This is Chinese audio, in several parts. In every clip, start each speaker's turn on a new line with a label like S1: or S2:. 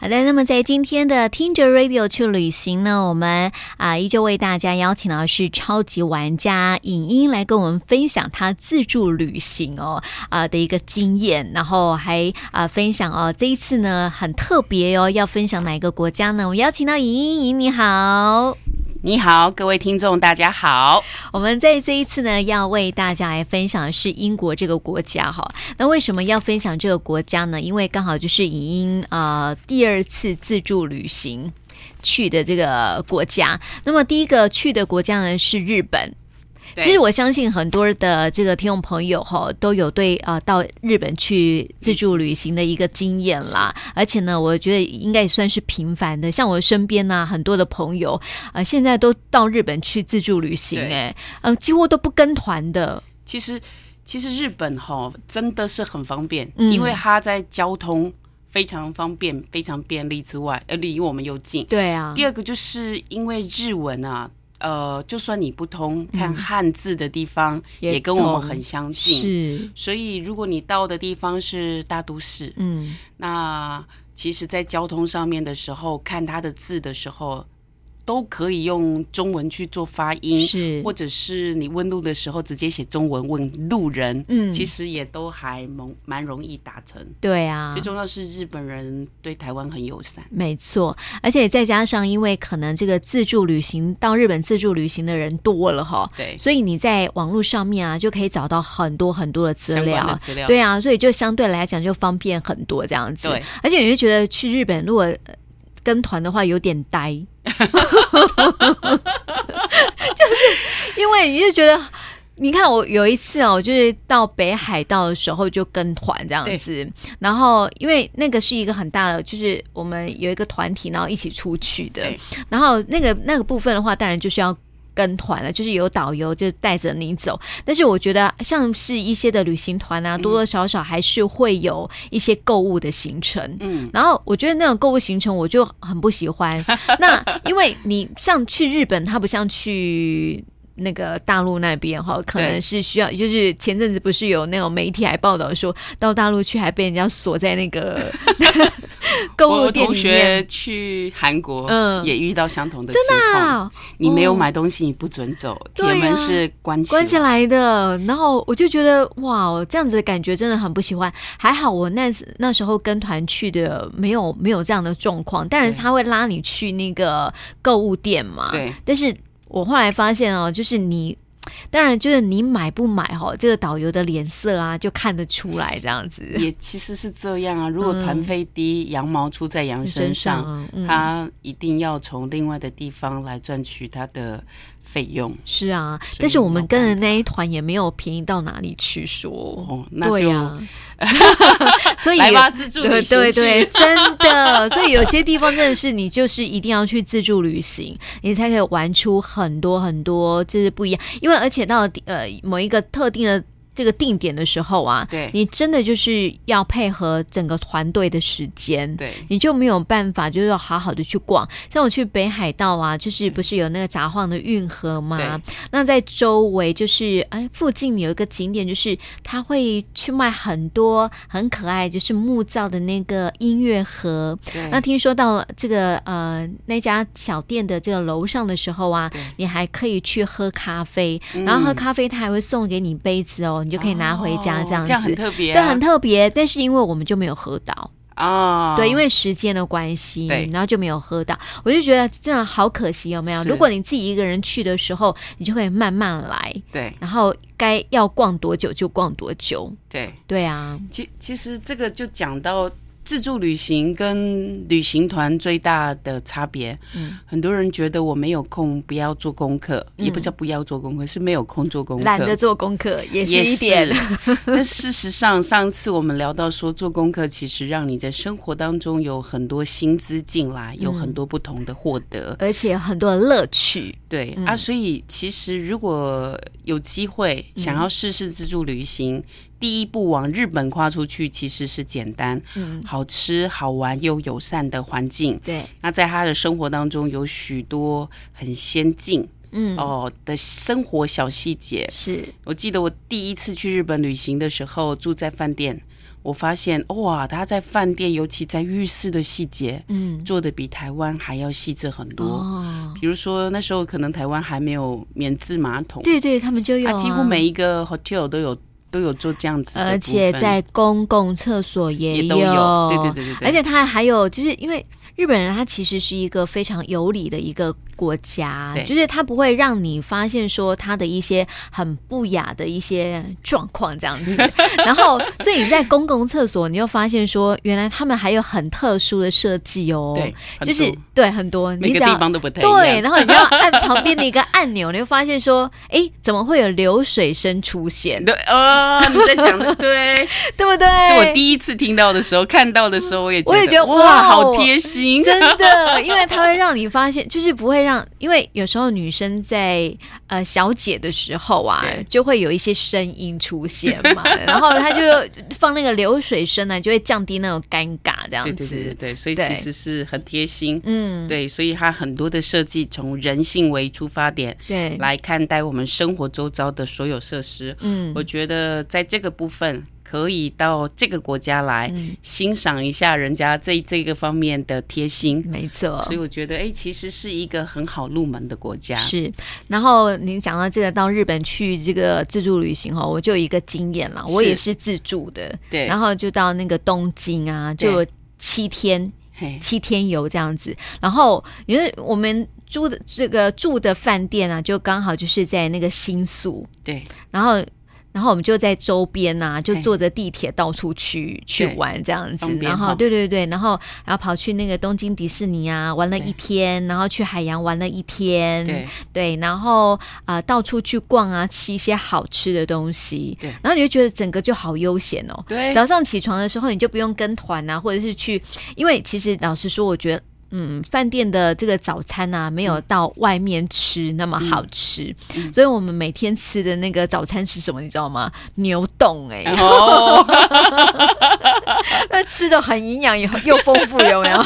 S1: 好的，那么在今天的听着 Radio 去旅行呢，我们啊、依旧为大家邀请到的是超级玩家影音来跟我们分享他自助旅行哦啊、的一个经验，然后还啊、分享哦这一次呢很特别哦，要分享哪一个国家呢？我们邀请到影音影你好。
S2: 你好，各位听众，大家好。
S1: 我们在这一次呢，要为大家来分享的是英国这个国家哈。那为什么要分享这个国家呢？因为刚好就是影音呃第二次自助旅行去的这个国家。那么第一个去的国家呢是日本。
S2: 对
S1: 其实我相信很多的这个听众朋友哈，都有对呃到日本去自助旅行的一个经验啦。而且呢，我觉得应该也算是频繁的。像我身边呢、很多的朋友呃，现在都到日本去自助旅行、
S2: 对
S1: 哎，呃，几乎都不跟团的。
S2: 其实，其实日本哈、真的是很方便，
S1: 嗯
S2: 因为它在交通非常方便、非常便利之外，呃，离我们又近。
S1: 对啊，
S2: 第二个就是因为日文啊，呃，就算你不通，看汉字的地方
S1: 也
S2: 嗯也跟我们
S1: 懂
S2: 很相近。
S1: 是，
S2: 所以，如果你到的地方是大都市，
S1: 嗯，
S2: 那其实，在交通上面的时候，看它的字的时候，都可以用中文去做发音。
S1: 是
S2: 或者是你问路的时候直接写中文问路人，
S1: 嗯
S2: 其实也都还蛮蛮容易达成。
S1: 对啊
S2: 最，重要是日本人对台湾很友善，
S1: 没错，而且再加上，因为可能这个自助旅行到日本自助旅行的人多了哈，
S2: 对
S1: 所以你在网络上面啊就可以找到很多很多的资
S2: 相关的
S1: 料。
S2: 资料，
S1: 对啊，所以就相对来讲就方便很多这样子。
S2: 对，
S1: 而且你会觉得去日本如果呃跟团的话有点呆，就是因为你就觉得，你看我有一次哦，我就是到北海道的时候就跟团这样子，然后因为那个是一个很大的，就是我们有一个团体，然后一起出去的
S2: 对，
S1: 然后那个那个部分的话，当然就是要。跟团了，就是有导游就带着你走，但是我觉得像是一些的旅行团
S2: 嗯
S1: 啊，多多少少还是会有一些购物的行程，
S2: 嗯，
S1: 然后我觉得那种购物行程我就很不喜 欢。那因为你像去日本，它不像去。那个大陆那边哈，可能是需要，就是前阵子不是有那种媒体还报道说，到大陆去还被人家锁在那个 购
S2: 我
S1: 物
S2: 有
S1: 店
S2: 同
S1: 里面
S2: 学，去韩国，
S1: 嗯
S2: 也遇到相同的情况。
S1: 啊
S2: 你没有
S1: 哦
S2: 买东西，你不准走，
S1: 对啊
S2: 铁门是关起来
S1: 关起来的。然后我就觉得哇，这样子的感觉真的很不喜欢。还好我那时那时候跟团去的，没有没有这样的状况。当然
S2: 对
S1: 他会拉你去那个购物店嘛，
S2: 对，
S1: 但是我后来发现哦，就是你，当然就是你买不买哦，这个导游的脸色啊，就看得出来这样子。
S2: 也其实是这样
S1: 嗯
S2: 啊。如果团费低，羊毛出在羊身上，
S1: 啊，嗯，
S2: 他一定要从另外的地方来赚取他的费用。
S1: 是啊，
S2: 所以
S1: 但是我们
S2: 没有
S1: 跟的
S2: 办
S1: 那一团也没有便宜到哪里去说。
S2: 哦，那
S1: 对
S2: 就、
S1: 呀、 所以
S2: 来吧，自助
S1: 对
S2: 旅行
S1: 对
S2: 去
S1: 对，真的，所以有些地方真的是你就是一定要去自助旅行，你才可以玩出很多很多就是不一样。因为而且到底呃某一个特定的这个定点的时候啊，
S2: 对
S1: 你真的就是要配合整个团队的时间。
S2: 对
S1: 你就没有办法，就是好好的去逛。像我去北海道啊，就是不是有那个札幌的运河吗？那在周围就是哎，附近有一个景点，就是他会去卖很多很可爱，就是木造的那个音乐盒。
S2: 对
S1: 那听说到了这个呃那家小店的这个楼上的时候啊
S2: 对，嗯
S1: 你还可以去喝咖啡，然后喝咖啡他还会送给你杯子哦，你就可以拿回家
S2: 哦
S1: 这样
S2: 这样
S1: 子
S2: 很。特别、啊，
S1: 对，很特别，但是因为我们就没有喝到，
S2: 啊、
S1: 对，因为时间的关系
S2: 对，
S1: 然后就没有喝到，我就觉得这样好可惜，有没有？
S2: 是
S1: 如果你自己一个人去的时候，你就可以慢慢来，
S2: 对
S1: 然后该要逛多久就逛多久，
S2: 对，
S1: 对啊，
S2: 其其实这个就讲到自助旅行跟旅行团最大的差别。
S1: 嗯，
S2: 很多人觉得我没有空，不要做功课，也不叫不要做功课，是没有空做功课，
S1: 懒得做功课也是
S2: 也
S1: 一点，
S2: 但事实上，上次我们聊到说，做功课其实让你在生活当中有很多薪资进来，
S1: 嗯
S2: 有很多不同的获得。
S1: 而且有很多的乐趣，
S2: 对、啊，所以其实如果有机会
S1: 嗯
S2: 想要试试自助旅行，第一步往日本跨出去其实是简单、
S1: 嗯，
S2: 好吃、好玩又友善的环境。
S1: 对，
S2: 那在他的生活当中有许多很先进
S1: 嗯，
S2: 哦的生活小细节，
S1: 是
S2: 我记得我第一次去日本旅行的时候，住在饭店，我发现哇，他在饭店，尤其在浴室的细节，
S1: 嗯，
S2: 做的比台湾还要细致很多。
S1: 哦，
S2: 比如说那时候可能台湾还没有免治马桶，
S1: 对对，他们就有、
S2: 啊，
S1: 啊，
S2: 几乎每一个 hotel 都有都有做这样子的部
S1: 而
S2: 分，
S1: 呃且在公共厕所也
S2: 也都有，对对对对对，
S1: 而且他还有，就是因为日本人他其实是一个非常有理的一个国家，
S2: 对
S1: 就是他不会让你发现说他的一些很不雅的一些状况这样 子。然后，所以你在公共厕所，你又发现说，原来他们还有很特殊的设计哦，
S2: 对，很
S1: 就是
S2: 多
S1: 对很多，
S2: 每
S1: 你
S2: 个
S1: 只要
S2: 地方都不太一
S1: 对，
S2: 样。
S1: 然后你要按旁边的一个按钮，你会发现说，哎，怎么会有流水声出 现，
S2: 对哦，你在 讲的对，
S1: 对不对？
S2: 我第一次听到的时候，看到的时候，我也
S1: 我也觉得哇
S2: 哇，好贴 心，
S1: 真的，因为它会让你发现，就是不会让，因为有时候女生在呃小姐的时候啊
S2: 对，
S1: 就会有一些声音出现 嘛，然后她就放那个流水声呢、就会降低那种尴尬这样
S2: 对
S1: 子。
S2: 对对对对，所以
S1: 对
S2: 其实是很贴心。
S1: 嗯，
S2: 对，所以它很多的设计从人性为出发点
S1: 对，
S2: 来看待我们生活周遭的所有设施。
S1: 嗯
S2: 我觉得在这个部分可以到这个国家来
S1: 嗯，
S2: 欣赏一下人家这这个方面的贴心。
S1: 没错
S2: 所。以我觉得，哎，其实是一个很好入门的国家。
S1: 是，然后您讲到这个到日本去这个自助旅行哦，我就有一个经验啦，我
S2: 是
S1: 也是自助的，
S2: 对，
S1: 然
S2: 后
S1: 后就到那个东京啊，就有七天七天游这样子。然后因为我们住的这个住的饭店啊，就刚好就是在那个新宿，
S2: 对，
S1: 然后。然后我们就在周边啊，就
S2: 嘿
S1: 坐着地铁到处去去玩这样子
S2: 方，便
S1: 然后
S2: 哈
S1: 对对对，然后然后跑去那个东京迪士尼啊玩了
S2: 对
S1: 一天，然后去海洋玩了一天，
S2: 对，
S1: 对，然后啊、呃到处去逛啊，吃一些好吃的东西，
S2: 对
S1: 然后你就觉得整个就好悠闲哦，
S2: 对，
S1: 早上起床的时候，你就不用跟团啊，或者是去，因为其实老实说，我觉得。嗯，饭店的这个早餐啊，没有到外面吃那么好吃，
S2: 嗯
S1: 所以我们每天吃的那个早餐是什么，你知道吗？牛冻哎、
S2: 然后
S1: 那吃的很营养，又又丰富，有 没有？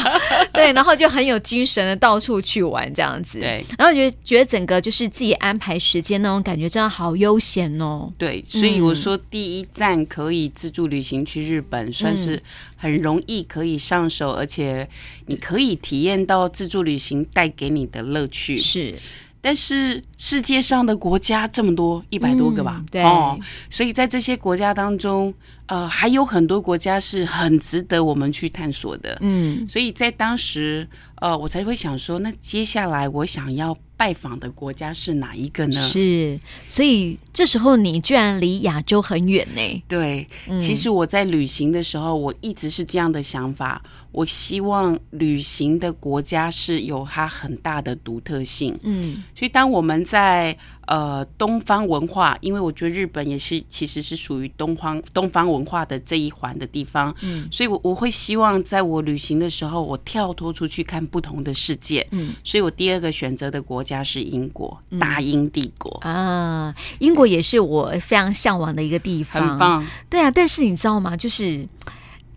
S1: 对，然后就很有精神的到处去玩这样子。，
S2: 对
S1: 然后觉得觉得整个就是自己安排时间那种感觉，真的好悠闲哦。
S2: 对，所以我说第一站可以自助旅行去日本，算是很容易可以上手，而且你可以体验到自助旅行带给你的乐趣。
S1: 是，
S2: 但是世界上的国家这么多，一百多个吧
S1: 嗯，对
S2: 哦，所以在这些国家当中，呃，还有很多国家是很值得我们去探索的。
S1: 嗯，
S2: 所以在当时，呃，我才会想说，那接下来我想要拜访的国家是哪一个呢？
S1: 是。所以这时候你居然离亚洲很远呢、
S2: 对，
S1: 嗯
S2: 其实我在旅行的时候，我一直是这样的想法。我希望旅行的国家是有它很大的独特性。
S1: 嗯
S2: 所以，当我们在呃东方文化，因为我觉得日本也是其实是属于东方东方文化的这一环的地方，
S1: 嗯
S2: 所以我我会希望在我旅行的时候，我跳脱出去看不同的世界。
S1: 嗯
S2: 所以我第二个选择的国家是英国，大英帝国，
S1: 啊，英国也是我非常向往的一个地
S2: 很
S1: 方，。
S2: 棒。
S1: 对啊，但是你知道吗？就是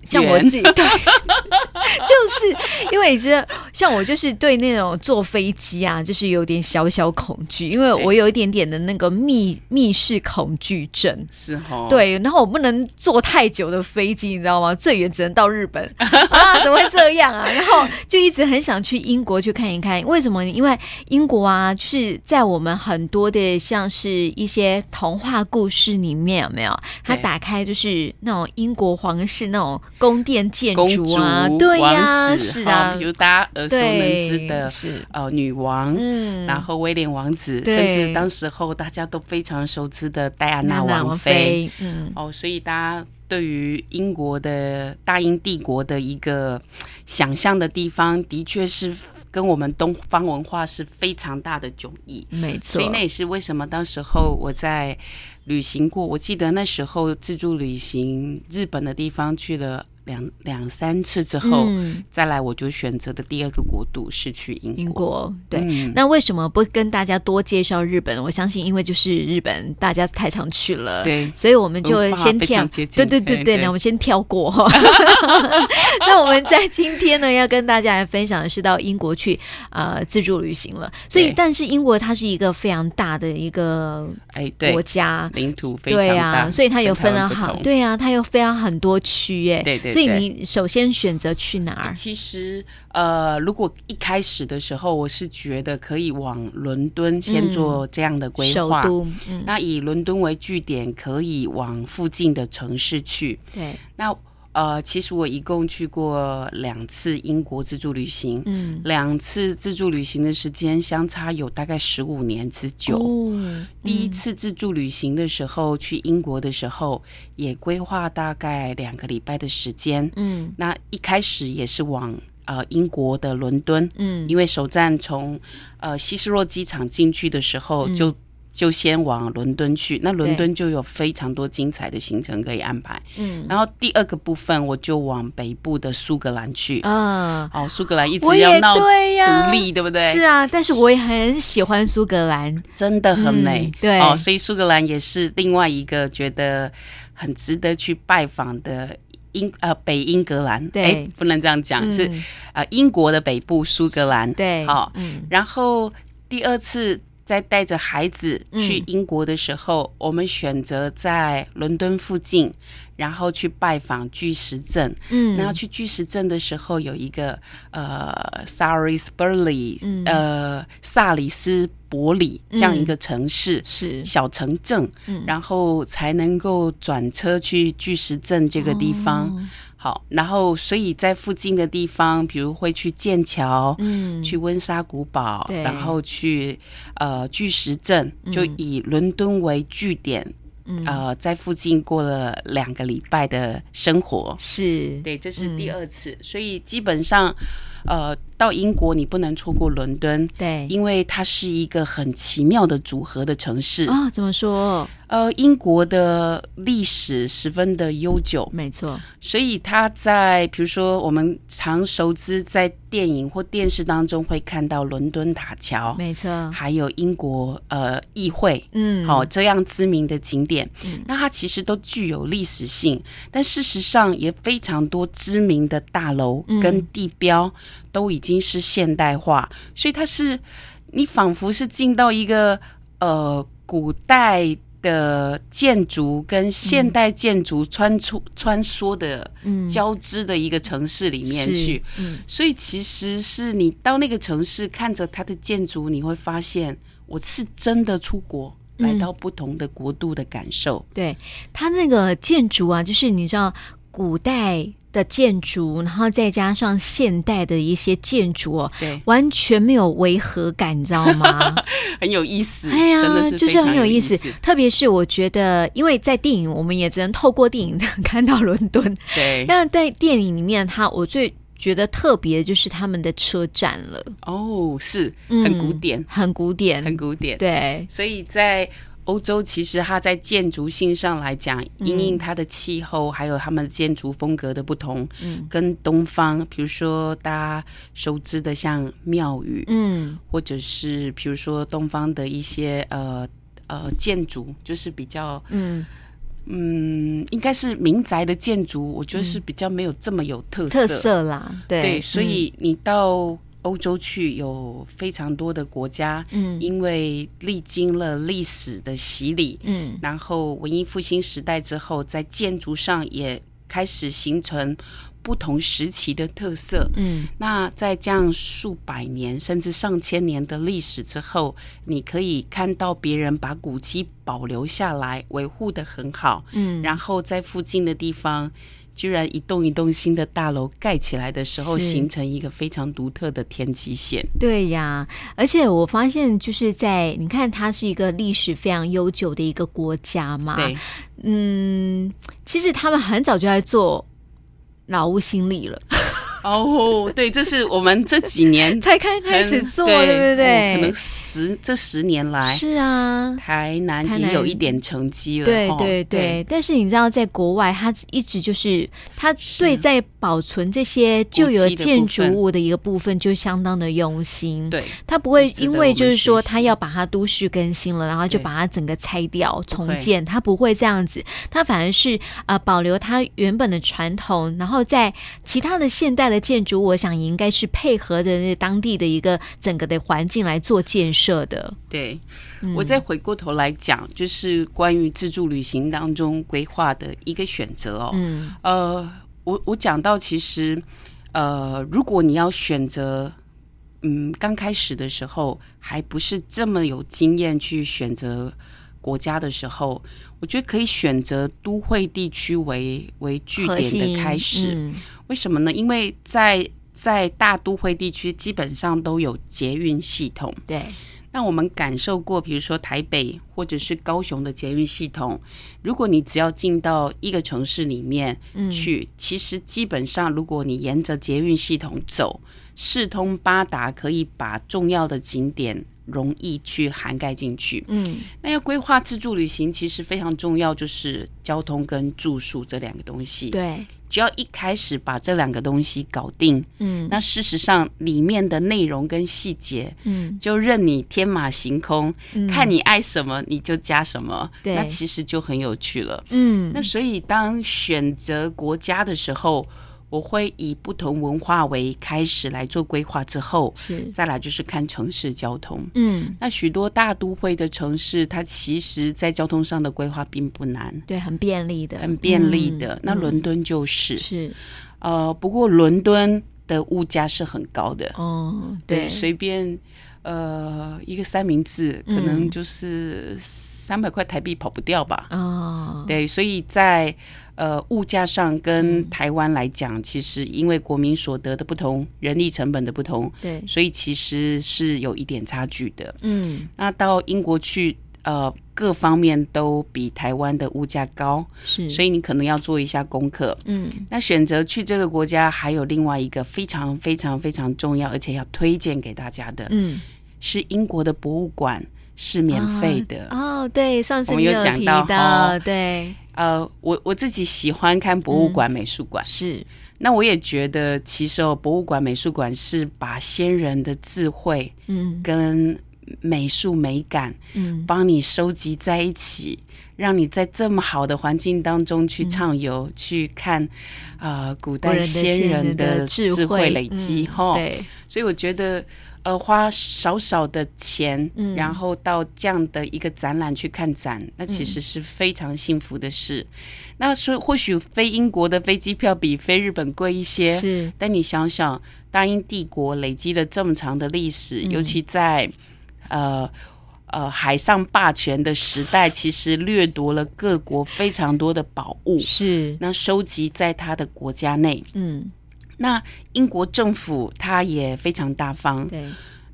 S1: 像我
S2: 远
S1: 自己对。 就是因为你知道，像我就是对那种坐飞机啊，就是有点小小恐惧，因为
S2: 对
S1: 我有一点点的那个密密室恐惧症。
S2: 是哦，，
S1: 对，然后我不能坐太久的飞机，你知道吗？最远只能到日本 啊，怎么会这样啊？然后就一直很想去英国去看一看，为什么呢？因为英国啊，就是在我们很多的像是一些童话故事里面，有没有？它
S2: 对
S1: 打开就是那种英国皇室那种宫殿建
S2: 公
S1: 筑
S2: 主
S1: 啊，对呀、
S2: 王子
S1: 是
S2: 哈
S1: 啊
S2: 比，如大家耳熟能知
S1: 对
S2: 的
S1: 是
S2: 呃女王。
S1: 嗯，
S2: 然后威廉王子，
S1: 对
S2: 甚至当时候大家都非常熟知的戴安娜
S1: 娜娜
S2: 王妃，
S1: 妃，嗯，
S2: 哦，所以大家对于英国的大英帝国的一个想象的地方，的确是跟我们东方文化是非常大的迥异。
S1: 没错，
S2: 所以那也是为什么当时候我在旅行过，我记得那时候自助旅行日本的地方去了两两三次之后，
S1: 嗯
S2: 再来我就选择的第二个国度是去英国。
S1: 英国对。
S2: 嗯
S1: 那为什么不跟大家多介绍日本？我相信，因为就是日本大家太常去了，
S2: 对
S1: 所以我们就
S2: 文化
S1: 先
S2: 非
S1: 跳
S2: 常，
S1: 对
S2: 接
S1: 对
S2: 近
S1: 对
S2: 对
S1: 对，
S2: 对
S1: 那我们先跳 过。 那我们在今天呢，要跟大家来分享的是到英国去呃自助旅行了。所以
S2: 对，
S1: 但是英国它是一个非常大的一个
S2: 哎，对
S1: 国，家。
S2: 领土非
S1: 对啊
S2: 常
S1: 呀、
S2: 大，
S1: 所以它有
S2: 跟台
S1: 分了
S2: 湾不
S1: 好，
S2: 同。
S1: 对呀、它有非常很多区耶。
S2: 对对
S1: 所以
S2: 对
S1: 你首先选择去哪儿？
S2: 其实，呃，如果一开始的时候，我是觉得可以往伦敦先做这样的规
S1: 首
S2: 划。
S1: 都，嗯，
S2: 那以伦敦为据点，可以往附近的城市去。
S1: 对，
S2: 那呃，其实我一共去过两次英国自助旅行，
S1: 嗯，
S2: 两次自助旅行的时间相差有大概十五年之久。
S1: 哦
S2: 第一次自助旅行的时候，去英国的时候，也规划大概两个礼拜的时间。
S1: 嗯
S2: 那一开始也是往呃英国的伦敦，
S1: 嗯，
S2: 因为首站从呃希斯洛机场进去的时候
S1: 嗯
S2: 就。就先往伦敦去，那伦敦就有非常多精彩的行程可以安排。
S1: 嗯
S2: 然后第二个部分，我就往北部的苏格兰去。
S1: 啊，
S2: 哦，苏格兰一直
S1: 我
S2: 要
S1: 也
S2: 闹
S1: 对呀，
S2: 独立，对不对？
S1: 是啊，但是我也很喜欢苏格兰，
S2: 真的很美
S1: 嗯。对
S2: 哦，所以苏格兰也是另外一个觉得很值得去拜访的英呃北英格兰。
S1: 对
S2: 诶不能这样讲，
S1: 嗯
S2: 是呃英国的北部苏格兰。
S1: 对，
S2: 好
S1: 嗯
S2: 然后第二次再带着孩子去
S1: 嗯
S2: 英国的时候，我们选择在伦敦附近，然后去拜访巨石阵。
S1: 嗯，
S2: 然后去巨石镇的时候，有一个呃 s a r i s b u r l e y
S1: 嗯
S2: 呃萨里斯伯里这样一个城市、
S1: 是
S2: 小城镇，
S1: 嗯
S2: 然后才能够转车去巨石镇这个地方。
S1: 哦
S2: 好，然后所以在附近的地方，比如会去剑桥。
S1: 嗯
S2: 去温莎古堡，
S1: 对
S2: 然后去呃巨石镇，就以伦敦为据点，
S1: 嗯
S2: 呃，在附近过了两个礼拜的生活。
S1: 是
S2: 对，这是第二
S1: 嗯
S2: 次，所以基本上，呃，到英国你不能错过伦敦，
S1: 对
S2: 因为它是一个很奇妙的组合的城市。
S1: 啊，怎么说？
S2: 呃，英国的历史十分的悠久，
S1: 没错，
S2: 所以它在比如说我们常熟知在电影或电视当中会看到伦敦塔桥，
S1: 没错，
S2: 还有英国呃议会，
S1: 嗯，
S2: 好、这样知名的景点，
S1: 嗯
S2: 那它其实都具有历史性，但事实上也非常多知名的大楼
S1: 嗯
S2: 跟地标都已经是现代化，所以它是你仿佛是进到一个呃古代。的建筑跟现代建筑穿出穿梭的
S1: 嗯
S2: 交织的一个城市里面
S1: 是
S2: 去，
S1: 嗯
S2: 所以其实是你到那个城市看着它的建筑，你会发现我是真的出国。
S1: 嗯
S2: 来到不同的国度的感受，
S1: 对，它那个建筑啊，就是你知道古代的建筑，然后再加上现代的一些建筑哦，
S2: 对，
S1: 完全没有违和感，你知道吗？
S2: 很有意思，
S1: 哎呀
S2: 真的，是
S1: 就
S2: 非
S1: 是
S2: 常
S1: 很
S2: 有
S1: 意
S2: 思，
S1: 特别是我觉得，因为在电影，我们也只能透过电影看到伦敦。
S2: 对，
S1: 但在电影里面，它我最觉得特别就是他们的车站了，
S2: 哦，是
S1: 嗯
S2: 很古典，
S1: 很古典，
S2: 很古典，
S1: 对，
S2: 所以在欧洲，其实它在建筑性上来讲，
S1: 嗯
S2: 因应它的气候，还有他们建筑风格的不同，
S1: 嗯
S2: 跟东方，比如说大家熟知的像庙宇，
S1: 嗯，
S2: 或者是比如说东方的一些呃呃建筑，就是比较
S1: 嗯，
S2: 嗯，应该是民宅的建筑，我觉得是比较没有这么有特色。
S1: 特色啦，对，
S2: 对，所
S1: 嗯
S2: 以你到欧洲去，有非常多的国家，
S1: 嗯
S2: 因为历经了历史的洗礼，
S1: 嗯
S2: 然后文艺复兴时代之后，在建筑上也开始形成不同时期的特色。
S1: 嗯
S2: 那在这样数百年甚至上千年的历史之后，你可以看到别人把古迹保留下来，维护的很好，
S1: 嗯，
S2: 然后在附近的地方，居然一栋一栋新的大楼盖起来的时候，
S1: 是
S2: 形成一个非常独特的天际线。
S1: 对呀，而且我发现就是在你看，它是一个历史非常悠久的一个国家嘛。
S2: 对，
S1: 嗯，其实他们很早就在做劳务心理了，
S2: 哦，对，这是我们这几 年
S1: 才刚开始
S2: 很
S1: 做，对不
S2: 哦
S1: 对？
S2: 可能十这十年来，
S1: 是啊。
S2: 台南
S1: 台南
S2: 也有一点成绩了。
S1: 对
S2: 哦
S1: 对对，但是你知道，在国外，它一直就是它对在保存这些旧有
S2: 古迹的
S1: 建
S2: 部
S1: 筑
S2: 分
S1: 物的一个部分，就相当的用心。
S2: 对
S1: 它不会
S2: 是值得
S1: 因
S2: 我
S1: 为
S2: 们
S1: 就是
S2: 学
S1: 说
S2: 习
S1: 它要把它都市更新了，然后就
S2: 对
S1: 把它整个拆掉重
S2: 会
S1: 建，它不会这样子，它反而是呃保留它原本的传统，然后在其他的现代的建筑，我想也应该是配合着那当地的一个整个的环境来做建设的。
S2: 对，
S1: 嗯
S2: 我再回过头来讲，就是关于自助旅行当中规划的一个选择哦。
S1: 嗯，
S2: 呃，我我讲到其实，呃，如果你要选择，嗯，刚开始的时候还不是这么有经验去选择国家的时候，我觉得可以选择都会地区为为据
S1: 核
S2: 点
S1: 心
S2: 的开始。
S1: 嗯
S2: 为什么呢？因为在在大都会地区基本上都有捷运系统。
S1: 对，
S2: 那我们感受过，比如说台北或者是高雄的捷运系统，如果你只要进到一个城市里面
S1: 嗯
S2: 去，其实基本上如果你沿着捷运系统走，四通八达，可以把重要的景点容易去涵盖进去。
S1: 嗯
S2: 那要规划自助旅行，其实非常重要，就是交通跟住宿这两个东西。
S1: 对，
S2: 只要一开始把这两个东西搞定，
S1: 嗯
S2: 那事实上里面的内容跟细节
S1: 嗯
S2: 就任你天马行空，
S1: 嗯
S2: 看你爱什么你就加什么，
S1: 对
S2: 那其实就很有趣了。
S1: 嗯
S2: 那所以当选择国家的时候，我会以不同文化为开始来做规划，之后
S1: 是
S2: 再来就是看城市交通。
S1: 嗯
S2: 那许多大都会的城市，它其实在交通上的规划并不难，
S1: 对，很便利的，
S2: 很便利
S1: 嗯
S2: 的。那
S1: 嗯
S2: 伦敦就是，
S1: 是
S2: 呃，不过伦敦的物价是很高的，
S1: 哦，
S2: 对，
S1: 对，
S2: 随便呃一个三明治可能就是三百块台币跑不掉吧。
S1: 哦，
S2: 对，所以在呃物价上跟台湾来讲，其实因为国民所得的不同，人力成本的不同，
S1: 对，
S2: 所以其实是有一点差距的。
S1: 嗯，
S2: 那到英国去，呃，各方面都比台湾的物价高，
S1: 是，
S2: 所
S1: 以
S2: 以你可能要做一下功课。
S1: 嗯
S2: 那选择去这个国家，还有另外一个非常非常非常重要，而且要推荐给大家的，
S1: 嗯，
S2: 是英国的博物馆是免费的。
S1: 啊哦，对，上次
S2: 我
S1: 你
S2: 们有讲
S1: 提
S2: 到
S1: 到，
S2: 哦
S1: 对，
S2: 呃，我我自己喜欢看博物馆、美术馆，
S1: 是，
S2: 那我也觉得其实哦，博物馆、美术馆是把先人的智慧
S1: 嗯
S2: 跟美术美感
S1: 嗯，
S2: 帮你收集在一起，让你在这么好的环境当中去畅游，去看啊、呃古
S1: 国
S2: 代
S1: 人的
S2: 先
S1: 先
S2: 人
S1: 人
S2: 的
S1: 智
S2: 智慧累
S1: 嗯
S2: 积哈、
S1: 对，
S2: 所以我觉得，呃，花少少的钱，
S1: 嗯
S2: 然后到这样的一个展览去看展，那其实是非常幸福的事。那说或许飞英国的飞机票比飞日本贵一些，
S1: 是，
S2: 但你想想，大英帝国累积了这么长的历史，
S1: 嗯
S2: 尤其在呃呃海上霸权的时代，其实掠夺了各国非常多的宝物，
S1: 是，
S2: 那收集在他的国家内。
S1: 嗯，
S2: 那英国政府它也非常大方，
S1: 对，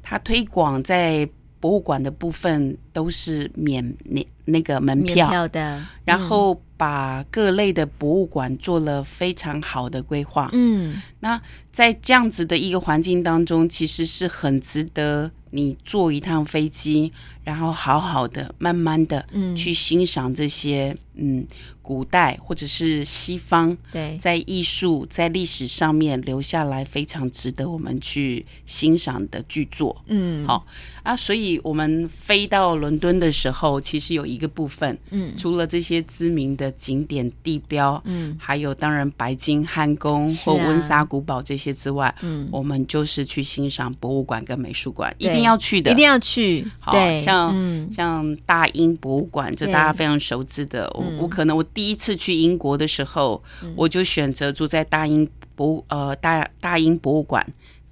S2: 它推广在博物馆的部分都是免那那个门
S1: 免
S2: 票，
S1: 票嗯的，
S2: 然后把各类的博物馆做了非常好的规划。
S1: 嗯，
S2: 那在这样子的一个环境当中，其实是很值得你坐一趟飞机，然后好好的、慢慢的
S1: 嗯
S2: 去欣赏这些嗯古代或者是西方
S1: 对，
S2: 在艺术、在历史上面留下来非常值得我们去欣赏的巨作
S1: 嗯，
S2: 好啊。所以，我们飞到伦敦的时候，其实有一个部分，
S1: 嗯
S2: 除了这些知名的景点地标，
S1: 嗯
S2: 还有当然白金汉宫
S1: 是
S2: 或
S1: 啊
S2: 温莎古堡这些之外，
S1: 嗯，
S2: 我们就是去欣赏博物馆跟美术馆，一
S1: 对
S2: 定要去的，
S1: 一定要去，
S2: 好
S1: 对，
S2: 像
S1: 嗯
S2: 像大英博物馆，这
S1: 对嗯
S2: 大家非常熟知的。我我可能我第一次去英国的时候，我就选择住在大英博物呃大大英博物馆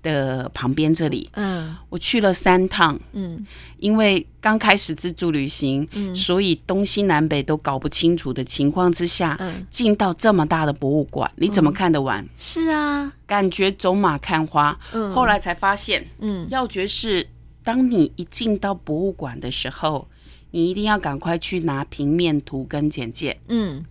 S2: 的旁边这里。
S1: 嗯
S2: 我去了三趟，
S1: 嗯，
S2: 因为刚开始自助旅行，所以东西南北都搞不清楚的情况之下，
S1: 嗯
S2: 进到这么大的博物馆，你怎么看得完？
S1: 是啊，
S2: 感觉走马看花。
S1: 嗯
S2: 后来才发现，
S1: 嗯
S2: 要诀是，当你一进到博物馆的时候，你一定要赶快去拿平面图跟简介，
S1: 嗯，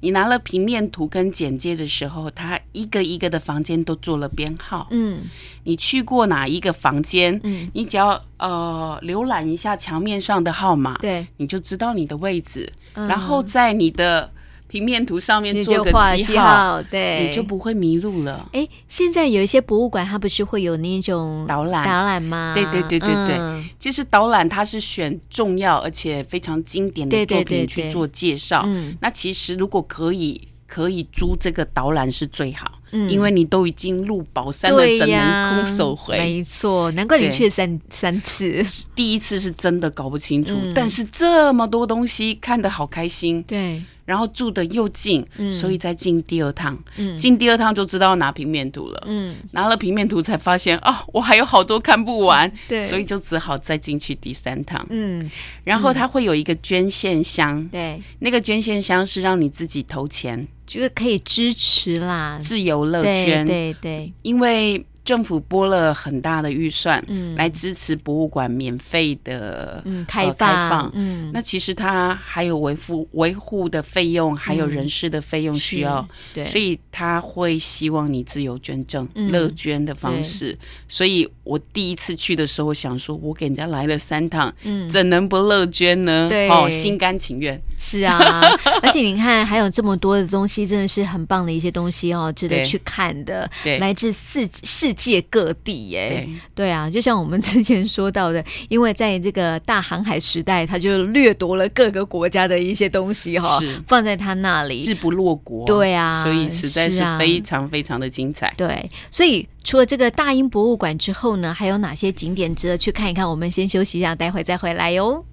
S2: 你拿了平面图跟简介的时候，它一个一个的房间都做了编号。
S1: 嗯
S2: 你去过哪一个房间？
S1: 嗯，
S2: 你只要呃浏览一下墙面上的号码，
S1: 对，
S2: 你就知道你的位置，
S1: 嗯
S2: 然后在你的平面图上面
S1: 你
S2: 做
S1: 就
S2: 个
S1: 画
S2: 记号，
S1: 号，对，
S2: 你就不会迷路了。
S1: 哎，现在有一些博物馆，它不是会有那种
S2: 导览
S1: 导览吗？
S2: 对对对对对
S1: 嗯
S2: 其实导览它是选重要而且非常经典
S1: 对
S2: 的
S1: 对
S2: 作
S1: 对
S2: 品去
S1: 对
S2: 做介绍。
S1: 嗯
S2: 那其实如果可以，可以租这个导览是最好，
S1: 嗯
S2: 因为你都已经入宝山了
S1: 对，
S2: 怎
S1: 呀
S2: 能空手回？
S1: 没错，难怪你
S2: 对
S1: 去三三 次。
S2: 第一次是真的搞不清楚，
S1: 嗯
S2: 但是这么多东西看得好开心，
S1: 对，
S2: 然后住的又近，
S1: 嗯
S2: 所以再进第二趟，
S1: 嗯
S2: 进第二趟就知道拿平面图了。
S1: 嗯，
S2: 拿了平面图才发现哦，我还有好多看不完，
S1: 对，
S2: 所以就只好再进去第三趟。
S1: 嗯，
S2: 然后它会有一个捐献箱，
S1: 对，
S2: 那个捐献箱是让你自己投钱，
S1: 就是可以支持啦，
S2: 自由乐
S1: 对嗯
S2: 捐，
S1: 对对，
S2: 因为政府拨了很大的预算、
S1: 嗯
S2: 来支持博物馆免费的。
S1: 嗯，开
S2: 呃
S1: 放，
S2: 开放
S1: 嗯，
S2: 那其实它还有维护维护的费用，还
S1: 嗯
S2: 有人事的费用需要，
S1: 是对，
S2: 所以他会希望你自由捐赠、
S1: 嗯
S2: 乐捐的方式。所以我第一次去的时候，想说我给人家来了三趟，
S1: 嗯，
S2: 怎能不乐捐呢？
S1: 对
S2: 哦，心甘情愿。
S1: 是 啊，而且你看，还有这么多的东西，真的是很棒的一些东西哦，值得
S2: 对
S1: 去看的，
S2: 对
S1: 来自世世界各地耶，
S2: 对
S1: 对啊，就像我们之前说到的，因为在这个大航海时代，他就掠夺了各个国家的一些东西哈、
S2: 是
S1: 放在他那里。
S2: 志不落国，
S1: 哦对啊
S2: 所以实在
S1: 是
S2: 是
S1: 啊
S2: 非常非常的精彩。
S1: 对，所以除了这个大英博物馆之后呢，还有哪些景点值得去看一看？我们先休息一下，待会再回来哟。